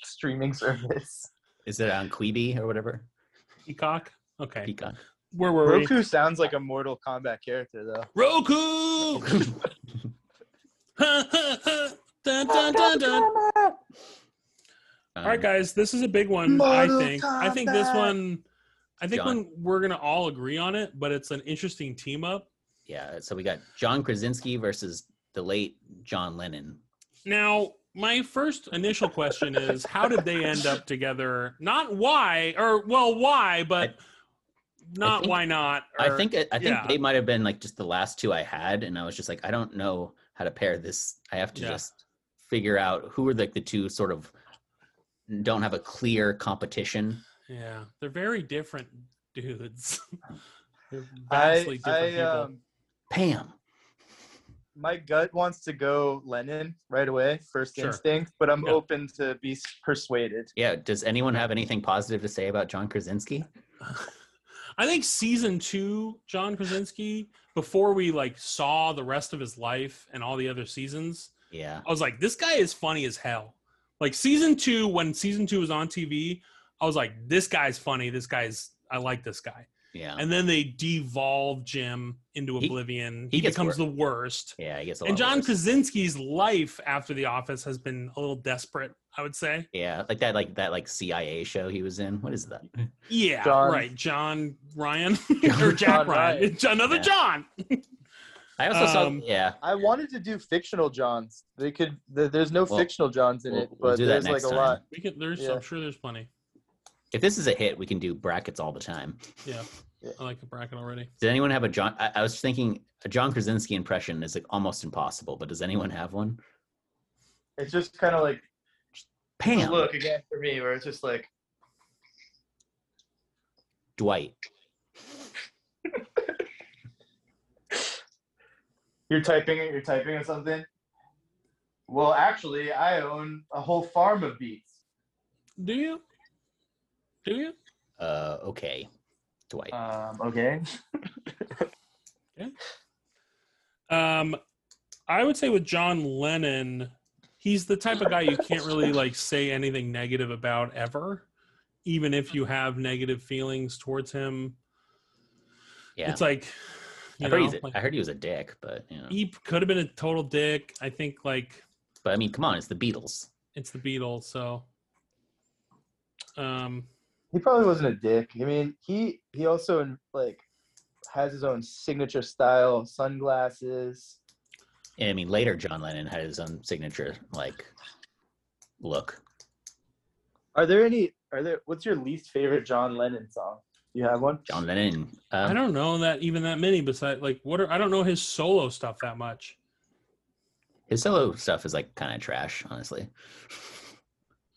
[SPEAKER 3] streaming service.
[SPEAKER 1] Is it on Quibi or whatever?
[SPEAKER 2] Peacock. Okay.
[SPEAKER 1] Peacock.
[SPEAKER 2] Where were we?
[SPEAKER 3] Roku sounds like a Mortal Kombat character though.
[SPEAKER 2] Roku. Ha, ha, ha. Dun, dun, dun, dun.
[SPEAKER 1] Um,
[SPEAKER 2] All right, guys, this is a big one.
[SPEAKER 3] Mortal
[SPEAKER 2] I think. I think this
[SPEAKER 3] Kombat.
[SPEAKER 2] one. I think
[SPEAKER 1] John.
[SPEAKER 2] when we're gonna all agree on it, but it's an interesting team up.
[SPEAKER 1] Yeah, so we got John Krasinski versus the late John Lennon.
[SPEAKER 2] Now, my first initial question is, how did they end up together? Not why, or well, why, but not
[SPEAKER 1] think-
[SPEAKER 2] why not.
[SPEAKER 1] I
[SPEAKER 2] or-
[SPEAKER 1] think it- I think
[SPEAKER 2] Er, yeah.
[SPEAKER 1] they might have been like just the last two I had, and I was just like, I don't know how to pair this. I have to
[SPEAKER 2] Yeah.
[SPEAKER 1] just figure out who are like the two sort of don't have a clear competition.
[SPEAKER 2] Yeah, they're very different dudes. Vastly different
[SPEAKER 3] I, I
[SPEAKER 2] people.
[SPEAKER 3] um,
[SPEAKER 1] Pam.
[SPEAKER 3] my gut wants to go Lennon right away, first
[SPEAKER 2] Sure.
[SPEAKER 3] instinct, but I'm
[SPEAKER 2] Yeah.
[SPEAKER 3] open to be s- persuaded.
[SPEAKER 1] Yeah. Does anyone have anything positive to say about John Krasinski?
[SPEAKER 2] I think season two, John Krasinski, before we like saw the rest of his life and all the other seasons,
[SPEAKER 1] Yeah.
[SPEAKER 2] I was like, this guy is funny as hell. Like season two, when season two was on TV, I was like, this guy's funny. This guy's I like this guy.
[SPEAKER 1] Yeah.
[SPEAKER 2] And then they devolve Jim into
[SPEAKER 1] He-
[SPEAKER 2] oblivion.
[SPEAKER 1] he
[SPEAKER 2] He,
[SPEAKER 1] gets
[SPEAKER 2] becomes
[SPEAKER 1] worse.
[SPEAKER 2] the worst.
[SPEAKER 1] Yeah. I guess. A lot
[SPEAKER 2] And John
[SPEAKER 1] worse.
[SPEAKER 2] Krasinski's life after The Office has been a little desperate, I would say.
[SPEAKER 1] Yeah, like that, like that, like CIA show he was in. What is that?
[SPEAKER 2] Yeah,
[SPEAKER 3] John-
[SPEAKER 2] right. John Ryan or
[SPEAKER 1] John
[SPEAKER 2] Jack
[SPEAKER 3] Ryan.
[SPEAKER 2] Ryan. Another
[SPEAKER 1] Yeah.
[SPEAKER 2] John.
[SPEAKER 1] I also
[SPEAKER 2] Um,
[SPEAKER 1] saw. Yeah,
[SPEAKER 3] I wanted to do fictional Johns. They could. th- There's no
[SPEAKER 1] Well,
[SPEAKER 3] fictional Johns in
[SPEAKER 1] we'll-
[SPEAKER 3] it,
[SPEAKER 1] we'll
[SPEAKER 3] but
[SPEAKER 1] do that
[SPEAKER 3] there's like
[SPEAKER 1] next
[SPEAKER 3] a
[SPEAKER 1] time.
[SPEAKER 3] lot.
[SPEAKER 2] We can. There's.
[SPEAKER 3] Yeah.
[SPEAKER 2] I'm sure there's plenty.
[SPEAKER 1] if this is a hit, we can do brackets all the time.
[SPEAKER 2] Yeah.
[SPEAKER 3] Yeah.
[SPEAKER 2] I like the bracket already.
[SPEAKER 1] Did anyone have a John? I, I was thinking a John Krasinski impression is like almost impossible, but does anyone have one?
[SPEAKER 3] It's just kind of like
[SPEAKER 1] Pam,
[SPEAKER 3] look again for me, where it's just like
[SPEAKER 1] Dwight.
[SPEAKER 3] you're typing it, you're typing on something. Well, actually, I own a whole farm of beets.
[SPEAKER 2] Do you? Do you?
[SPEAKER 1] Uh, okay, Dwight.
[SPEAKER 2] Uh,
[SPEAKER 3] Um, okay.
[SPEAKER 2] Um, I would say with John Lennon, he's the type of guy you can't really like say anything negative about ever, even if you have negative feelings towards him.
[SPEAKER 1] yeah,
[SPEAKER 2] It's like,
[SPEAKER 1] I
[SPEAKER 2] you
[SPEAKER 1] heard,
[SPEAKER 2] know,
[SPEAKER 1] he's a-
[SPEAKER 2] like,
[SPEAKER 1] I heard he was a dick, but you know.
[SPEAKER 2] he could have been a total dick. I think like
[SPEAKER 1] But I mean, come on, it's the Beatles.
[SPEAKER 2] it's the Beatles, so. Um.
[SPEAKER 3] He probably wasn't a dick. I mean, he he also like has his own signature style, sunglasses.
[SPEAKER 1] And I mean, later John Lennon had his own signature like look.
[SPEAKER 3] Are there any? Are there? What's your least favorite John Lennon song? You have one?
[SPEAKER 1] John Lennon.
[SPEAKER 2] I
[SPEAKER 1] Um,
[SPEAKER 2] don't know that even that many. Besides, like, what are I don't know his solo stuff that much.
[SPEAKER 1] his solo stuff is like kind of trash, honestly.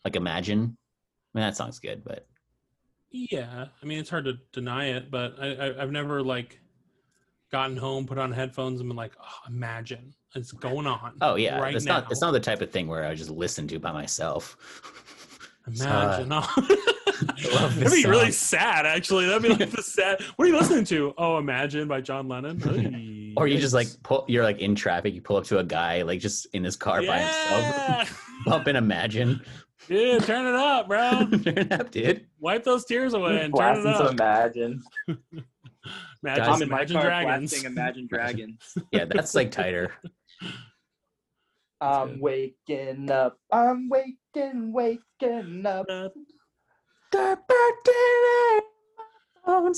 [SPEAKER 1] Like Imagine. I mean, that song's good, but
[SPEAKER 2] Yeah, I mean it's hard to deny it, but I, I I've never like gotten home, put on headphones, and been like, oh, imagine it's going on.
[SPEAKER 1] oh yeah,
[SPEAKER 2] right
[SPEAKER 1] it's
[SPEAKER 2] now.
[SPEAKER 1] not it's not the type of thing where I just listen to by myself.
[SPEAKER 2] imagine. Oh.
[SPEAKER 1] uh, love
[SPEAKER 2] That'd be
[SPEAKER 1] this
[SPEAKER 2] really
[SPEAKER 1] song.
[SPEAKER 2] sad, actually. That'd be like the sad. What are you listening to? Oh, Imagine by John Lennon. Hey,
[SPEAKER 1] Or you just like
[SPEAKER 2] yikes.
[SPEAKER 1] pull, you're like in traffic, you pull up to a guy like just in his car by himself,
[SPEAKER 2] yeah,
[SPEAKER 1] bumping Imagine.
[SPEAKER 2] yeah, turn it up, bro.
[SPEAKER 1] Turn it up, dude.
[SPEAKER 2] Wipe those tears away and turn it
[SPEAKER 3] Blasting
[SPEAKER 2] up.
[SPEAKER 3] some Imagine.
[SPEAKER 2] Imagine,
[SPEAKER 1] Guys, I'm
[SPEAKER 2] imagine Dragons.
[SPEAKER 3] Imagine Dragons.
[SPEAKER 1] Yeah, that's like tighter.
[SPEAKER 2] good.
[SPEAKER 3] I'm waking up. I'm waking, waking up.
[SPEAKER 2] Uh,
[SPEAKER 1] All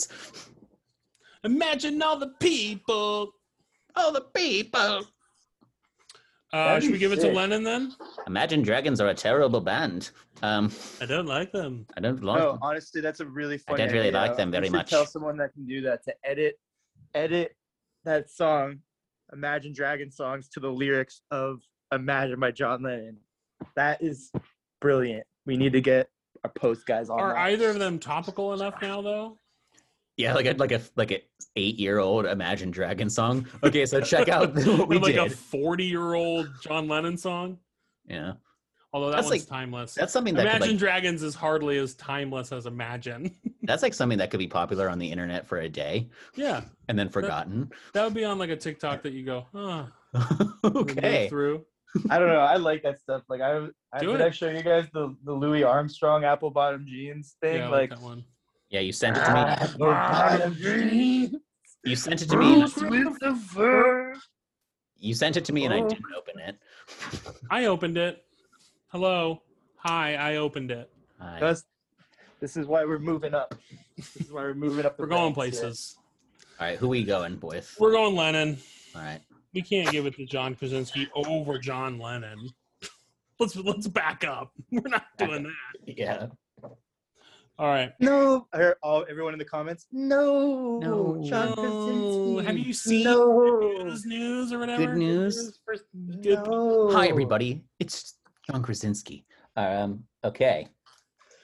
[SPEAKER 2] Imagine all the people.
[SPEAKER 1] the people.
[SPEAKER 2] Uh,
[SPEAKER 3] That'd
[SPEAKER 2] should
[SPEAKER 3] be
[SPEAKER 2] we give it to
[SPEAKER 3] sick.
[SPEAKER 2] Lennon then?
[SPEAKER 1] Imagine Dragons are a terrible band. Um,
[SPEAKER 2] I don't like them.
[SPEAKER 1] I don't like
[SPEAKER 3] No,
[SPEAKER 1] them.
[SPEAKER 3] honestly, that's a really
[SPEAKER 1] I
[SPEAKER 3] funny.
[SPEAKER 1] don't really
[SPEAKER 3] idea.
[SPEAKER 1] like them
[SPEAKER 3] We
[SPEAKER 1] very
[SPEAKER 3] should
[SPEAKER 1] much.
[SPEAKER 3] Tell someone that can do that to edit, edit that song, Imagine Dragon songs to the lyrics of Imagine by John Lennon. That is brilliant. We need to get our post guys on.
[SPEAKER 2] Are
[SPEAKER 3] that.
[SPEAKER 2] either of them topical enough now though?
[SPEAKER 1] Yeah, like a like a like a eight year old Imagine Dragon song. Okay, so check out what we
[SPEAKER 2] Or like
[SPEAKER 1] did.
[SPEAKER 2] a forty-year-old John Lennon song.
[SPEAKER 1] yeah,
[SPEAKER 2] Although that
[SPEAKER 1] That's
[SPEAKER 2] one's
[SPEAKER 1] like-
[SPEAKER 2] timeless.
[SPEAKER 1] that's something that could,
[SPEAKER 2] Imagine
[SPEAKER 1] like,
[SPEAKER 2] Dragons is hardly as timeless as Imagine.
[SPEAKER 1] that's like something that could be popular on the internet for a day
[SPEAKER 2] yeah,
[SPEAKER 1] and then forgotten.
[SPEAKER 2] that would be on like a TikTok that you go, huh? and then move
[SPEAKER 1] okay,
[SPEAKER 2] Through.
[SPEAKER 3] I don't know. I like that stuff. Like I, I
[SPEAKER 2] Do
[SPEAKER 3] did
[SPEAKER 2] it.
[SPEAKER 3] I show you guys the the Louis Armstrong apple bottom jeans thing?
[SPEAKER 2] Yeah, I like
[SPEAKER 3] like
[SPEAKER 2] that one.
[SPEAKER 1] yeah, you sent it to
[SPEAKER 2] Ah.
[SPEAKER 1] me.
[SPEAKER 3] apple bottom jeans.
[SPEAKER 1] You sent it to me. and I-
[SPEAKER 3] with the fur.
[SPEAKER 1] You sent it to me, and I
[SPEAKER 2] Oh.
[SPEAKER 1] didn't open it.
[SPEAKER 2] I opened it. Hello. Hi, I opened it.
[SPEAKER 1] I,
[SPEAKER 3] That's- this is why we're moving up. This is why we're moving up. the
[SPEAKER 2] We're going
[SPEAKER 3] ranks here.
[SPEAKER 2] places.
[SPEAKER 1] all right, who we going with?
[SPEAKER 2] We're going Lennon.
[SPEAKER 1] All right,
[SPEAKER 2] we can't give it to John Krasinski over John Lennon. Let's let's back up. We're not doing that.
[SPEAKER 1] yeah,
[SPEAKER 2] All right.
[SPEAKER 3] No, I heard all everyone in the comments. No,
[SPEAKER 1] No.
[SPEAKER 3] John
[SPEAKER 2] No.
[SPEAKER 3] Krasinski.
[SPEAKER 2] Oh, Have you seen
[SPEAKER 3] No.
[SPEAKER 2] News, news or whatever.
[SPEAKER 1] Good news.
[SPEAKER 2] First- good-
[SPEAKER 3] no.
[SPEAKER 2] Oh.
[SPEAKER 1] Hi, everybody. It's John Krasinski. Um, okay.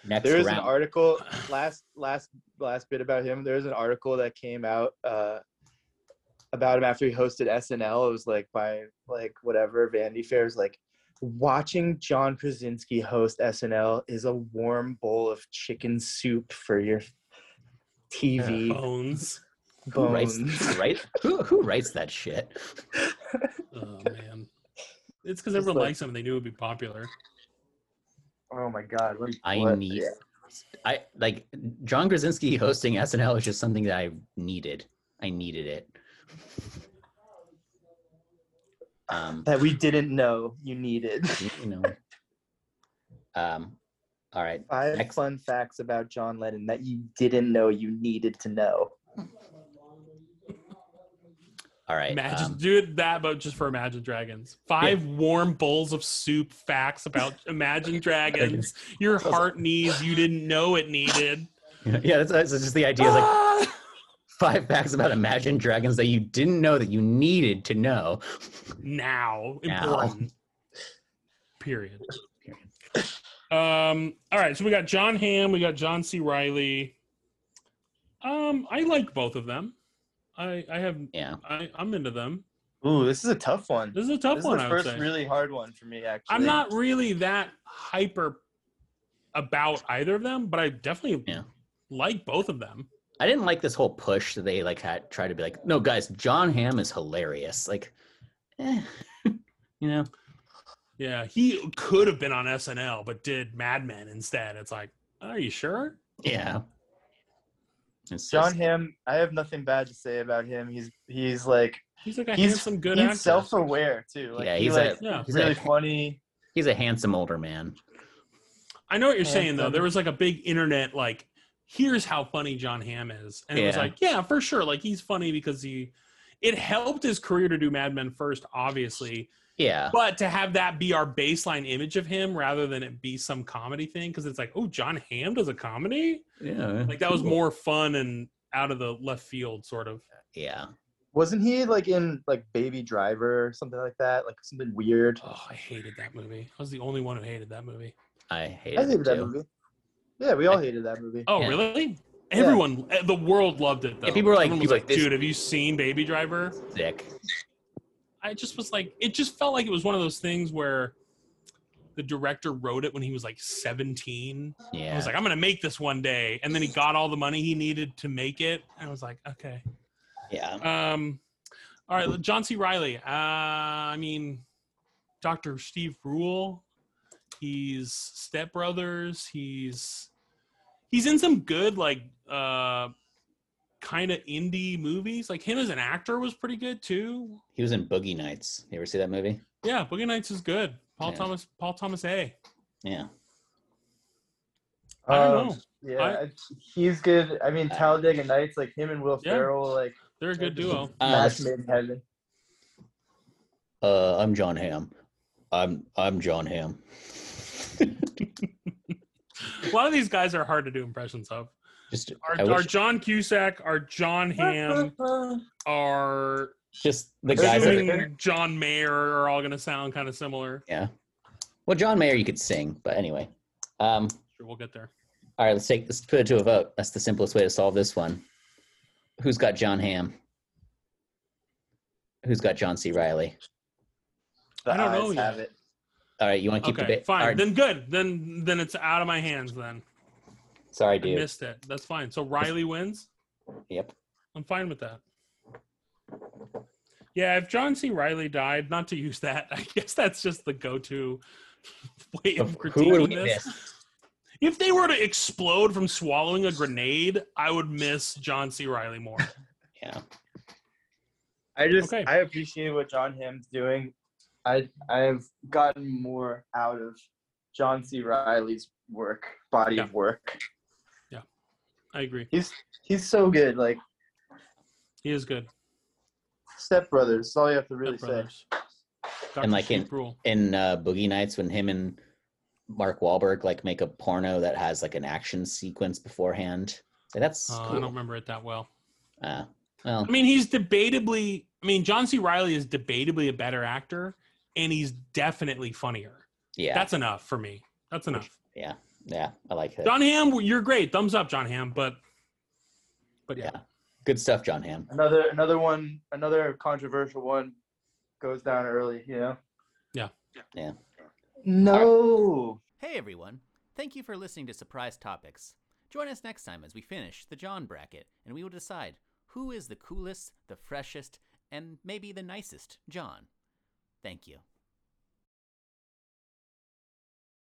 [SPEAKER 1] Next
[SPEAKER 3] There is an
[SPEAKER 1] round.
[SPEAKER 3] article last last last bit about him. There's an article that came out uh, about him after he hosted SNL. It was like by like whatever Vanity Fair is like watching John Krasinski host SNL is a warm bowl of chicken soup for your TV
[SPEAKER 2] Bones.
[SPEAKER 1] who writes,
[SPEAKER 3] bones.
[SPEAKER 1] right? Who who writes that shit?
[SPEAKER 2] Oh man. It's because
[SPEAKER 3] Just
[SPEAKER 2] everyone
[SPEAKER 3] like-
[SPEAKER 2] likes him. They knew it would be popular.
[SPEAKER 3] Oh my god! What,
[SPEAKER 1] I
[SPEAKER 3] what-
[SPEAKER 1] need.
[SPEAKER 3] yeah.
[SPEAKER 1] I like John Krasinski hosting SNL is just something that I needed. I needed it. Um,
[SPEAKER 3] that we didn't know you needed.
[SPEAKER 1] you know. Um, all right.
[SPEAKER 3] Five
[SPEAKER 1] Next.
[SPEAKER 3] fun facts about John Lennon that you didn't know you needed to know.
[SPEAKER 1] All right.
[SPEAKER 2] Imagine,
[SPEAKER 1] um,
[SPEAKER 2] do it that, but just for Imagine Dragons. Five warm bowls of soup facts about Imagine Dragons. Your heart needs you didn't know it needed.
[SPEAKER 1] um, yeah, that's, that's just the idea. It's like
[SPEAKER 2] Ah!
[SPEAKER 1] five facts about Imagine Dragons that you didn't know that you needed to know.
[SPEAKER 2] now
[SPEAKER 1] Now.
[SPEAKER 2] important period um all right so we got john ham we got john c riley um i like both of them i i have
[SPEAKER 1] Yeah.
[SPEAKER 2] I, i'm into them
[SPEAKER 3] Ooh, this is a tough one.
[SPEAKER 2] this is a tough
[SPEAKER 3] This is
[SPEAKER 2] one
[SPEAKER 3] the
[SPEAKER 2] i would
[SPEAKER 3] first
[SPEAKER 2] say
[SPEAKER 3] really hard one for me, actually.
[SPEAKER 2] i'm not really that hyper about either of them but i definitely
[SPEAKER 1] Yeah.
[SPEAKER 2] like both of them
[SPEAKER 1] I didn't like this whole push that they like had tried to be like, no, guys, John Hamm is hilarious. Like, eh, you know,
[SPEAKER 2] yeah he could have been on snl but did mad men instead it's like are you sure
[SPEAKER 1] yeah. It's
[SPEAKER 3] John
[SPEAKER 1] just-
[SPEAKER 3] Hamm. I have nothing bad to say about him. He's he's like
[SPEAKER 2] he's like a
[SPEAKER 3] He's-
[SPEAKER 2] handsome good
[SPEAKER 3] he's
[SPEAKER 2] actor
[SPEAKER 3] self-aware too. Like,
[SPEAKER 1] yeah,
[SPEAKER 3] he,
[SPEAKER 1] he's
[SPEAKER 3] like
[SPEAKER 1] a
[SPEAKER 2] yeah
[SPEAKER 1] he's,
[SPEAKER 3] really
[SPEAKER 1] a
[SPEAKER 3] funny.
[SPEAKER 1] he's a handsome older man.
[SPEAKER 2] I know what you're saying though.
[SPEAKER 3] Anthem.
[SPEAKER 2] There was like a big internet like, here's how funny John Hamm is, and it was
[SPEAKER 1] Yeah.
[SPEAKER 2] like, yeah, for sure. Like he's funny because he, it helped his career to do Mad Men first, obviously,
[SPEAKER 1] Yeah,
[SPEAKER 2] but to have that be our baseline image of him rather than it be some comedy thing, because it's like, oh, John Hamm does a comedy.
[SPEAKER 1] yeah,
[SPEAKER 2] Like that was
[SPEAKER 1] cool.
[SPEAKER 2] more fun and out of the left field, sort of.
[SPEAKER 1] Yeah,
[SPEAKER 3] Wasn't he like in like Baby Driver or something like that? Like something weird.
[SPEAKER 2] Oh, I hated that movie. I was the only one who hated that movie.
[SPEAKER 1] I hated,
[SPEAKER 3] I hated
[SPEAKER 1] it
[SPEAKER 3] that
[SPEAKER 1] too.
[SPEAKER 3] movie. Yeah, we all
[SPEAKER 1] I-
[SPEAKER 3] hated that movie.
[SPEAKER 2] Oh,
[SPEAKER 1] Yeah.
[SPEAKER 2] really? Everyone, eh, the world loved it though.
[SPEAKER 1] Yeah, people were like-
[SPEAKER 2] Everyone
[SPEAKER 1] people were like, this-
[SPEAKER 2] dude, have you seen Baby Driver?
[SPEAKER 1] Sick.
[SPEAKER 2] I just was like, it just felt like it was one of those things where the director wrote it when he was like 17. I
[SPEAKER 1] Yeah,
[SPEAKER 2] was like, I'm going to make this one day. And then he got all the money he needed to make it. And I was like, okay.
[SPEAKER 1] yeah.
[SPEAKER 2] Um, all right, John C. Riley. Uh, I mean, Dr. Steve Rule. He's Step Brothers. He's he's in some good like uh kind of indie movies. Like him as an actor was pretty good too.
[SPEAKER 1] He was in Boogie Nights. You ever see that movie?
[SPEAKER 2] Yeah, Boogie Nights is good. Paul
[SPEAKER 1] Yeah.
[SPEAKER 2] Thomas, Paul Thomas A.
[SPEAKER 1] Yeah,
[SPEAKER 2] I don't
[SPEAKER 3] Um,
[SPEAKER 2] know.
[SPEAKER 3] Yeah,
[SPEAKER 2] I-
[SPEAKER 3] I- he's good. I mean,
[SPEAKER 1] I-
[SPEAKER 3] Talladega Nights, like him and Will
[SPEAKER 2] Yeah.
[SPEAKER 3] Ferrell, like
[SPEAKER 2] They're a good
[SPEAKER 3] they're just
[SPEAKER 2] duo.
[SPEAKER 1] Uh,
[SPEAKER 3] match
[SPEAKER 1] let's-
[SPEAKER 3] made in heaven.
[SPEAKER 1] uh, I'm John Hamm. I'm I'm John Hamm.
[SPEAKER 2] A lot of these guys are hard to do impressions of.
[SPEAKER 1] Just I
[SPEAKER 2] Our,
[SPEAKER 1] wish
[SPEAKER 2] our John Cusack, our John Hamm, our
[SPEAKER 1] just the
[SPEAKER 3] There's
[SPEAKER 1] guys.
[SPEAKER 3] too
[SPEAKER 1] That,
[SPEAKER 3] many-
[SPEAKER 2] assuming John Mayer are all going to sound kind of similar.
[SPEAKER 1] well, John Mayer, you could sing, but anyway. Um,
[SPEAKER 2] Sure, we'll get there.
[SPEAKER 1] all right, let's take let's put it to a vote. That's the simplest way to solve this one. Who's got John Hamm? Who's got John C. Riley?
[SPEAKER 3] The
[SPEAKER 2] I don't know
[SPEAKER 3] eyes
[SPEAKER 2] yet.
[SPEAKER 3] have it.
[SPEAKER 1] All right, you want to keep the
[SPEAKER 2] Okay,
[SPEAKER 1] debate?
[SPEAKER 2] fine.
[SPEAKER 1] All right,
[SPEAKER 2] Then good. Then then it's out of my hands. Then
[SPEAKER 1] sorry,
[SPEAKER 2] I
[SPEAKER 1] dude.
[SPEAKER 2] missed it. That's fine. So Riley wins.
[SPEAKER 1] Yep.
[SPEAKER 2] I'm fine with that. Yeah, if John C. Riley died, not to use that. I guess that's just the go-to way of critiquing
[SPEAKER 1] Who would we
[SPEAKER 2] this.
[SPEAKER 1] miss?
[SPEAKER 2] If they were to explode from swallowing a grenade, I would miss John C. Riley more.
[SPEAKER 1] Yeah.
[SPEAKER 3] I just
[SPEAKER 2] Okay.
[SPEAKER 3] I appreciate what John Hamm's doing. I I've gotten more out of John C. Riley's work, body of work.
[SPEAKER 2] I agree.
[SPEAKER 3] He's he's so good. Like
[SPEAKER 2] He is good.
[SPEAKER 3] Step Brothers, is all you have to really
[SPEAKER 2] Step
[SPEAKER 3] say.
[SPEAKER 2] Brothers. Dr.
[SPEAKER 1] And, like, in-
[SPEAKER 2] Sheep Rule.
[SPEAKER 1] in uh, Boogie Nights when him and Mark Wahlberg like make a porno that has like an action sequence beforehand. Like, that's
[SPEAKER 2] Uh, I don't
[SPEAKER 1] cool.
[SPEAKER 2] remember it that well.
[SPEAKER 1] Uh, well,
[SPEAKER 2] I mean, he's debatably. I mean, John C. Riley is debatably a better actor, and he's definitely funnier.
[SPEAKER 1] yeah,
[SPEAKER 2] That's enough for me. That's enough.
[SPEAKER 1] yeah.
[SPEAKER 4] Yeah, I like it.
[SPEAKER 2] John Ham, you're great. Thumbs up, John Ham. But but yeah.
[SPEAKER 4] Yeah. Good stuff, John Ham.
[SPEAKER 3] Another another one, another controversial one goes down early, you know?
[SPEAKER 2] Yeah.
[SPEAKER 4] Yeah.
[SPEAKER 3] No.
[SPEAKER 1] Hey everyone! Thank you for listening to Surprise Topics. Join us next time as we finish the John bracket and we will decide who is the coolest, the freshest, and maybe the nicest John. Thank you.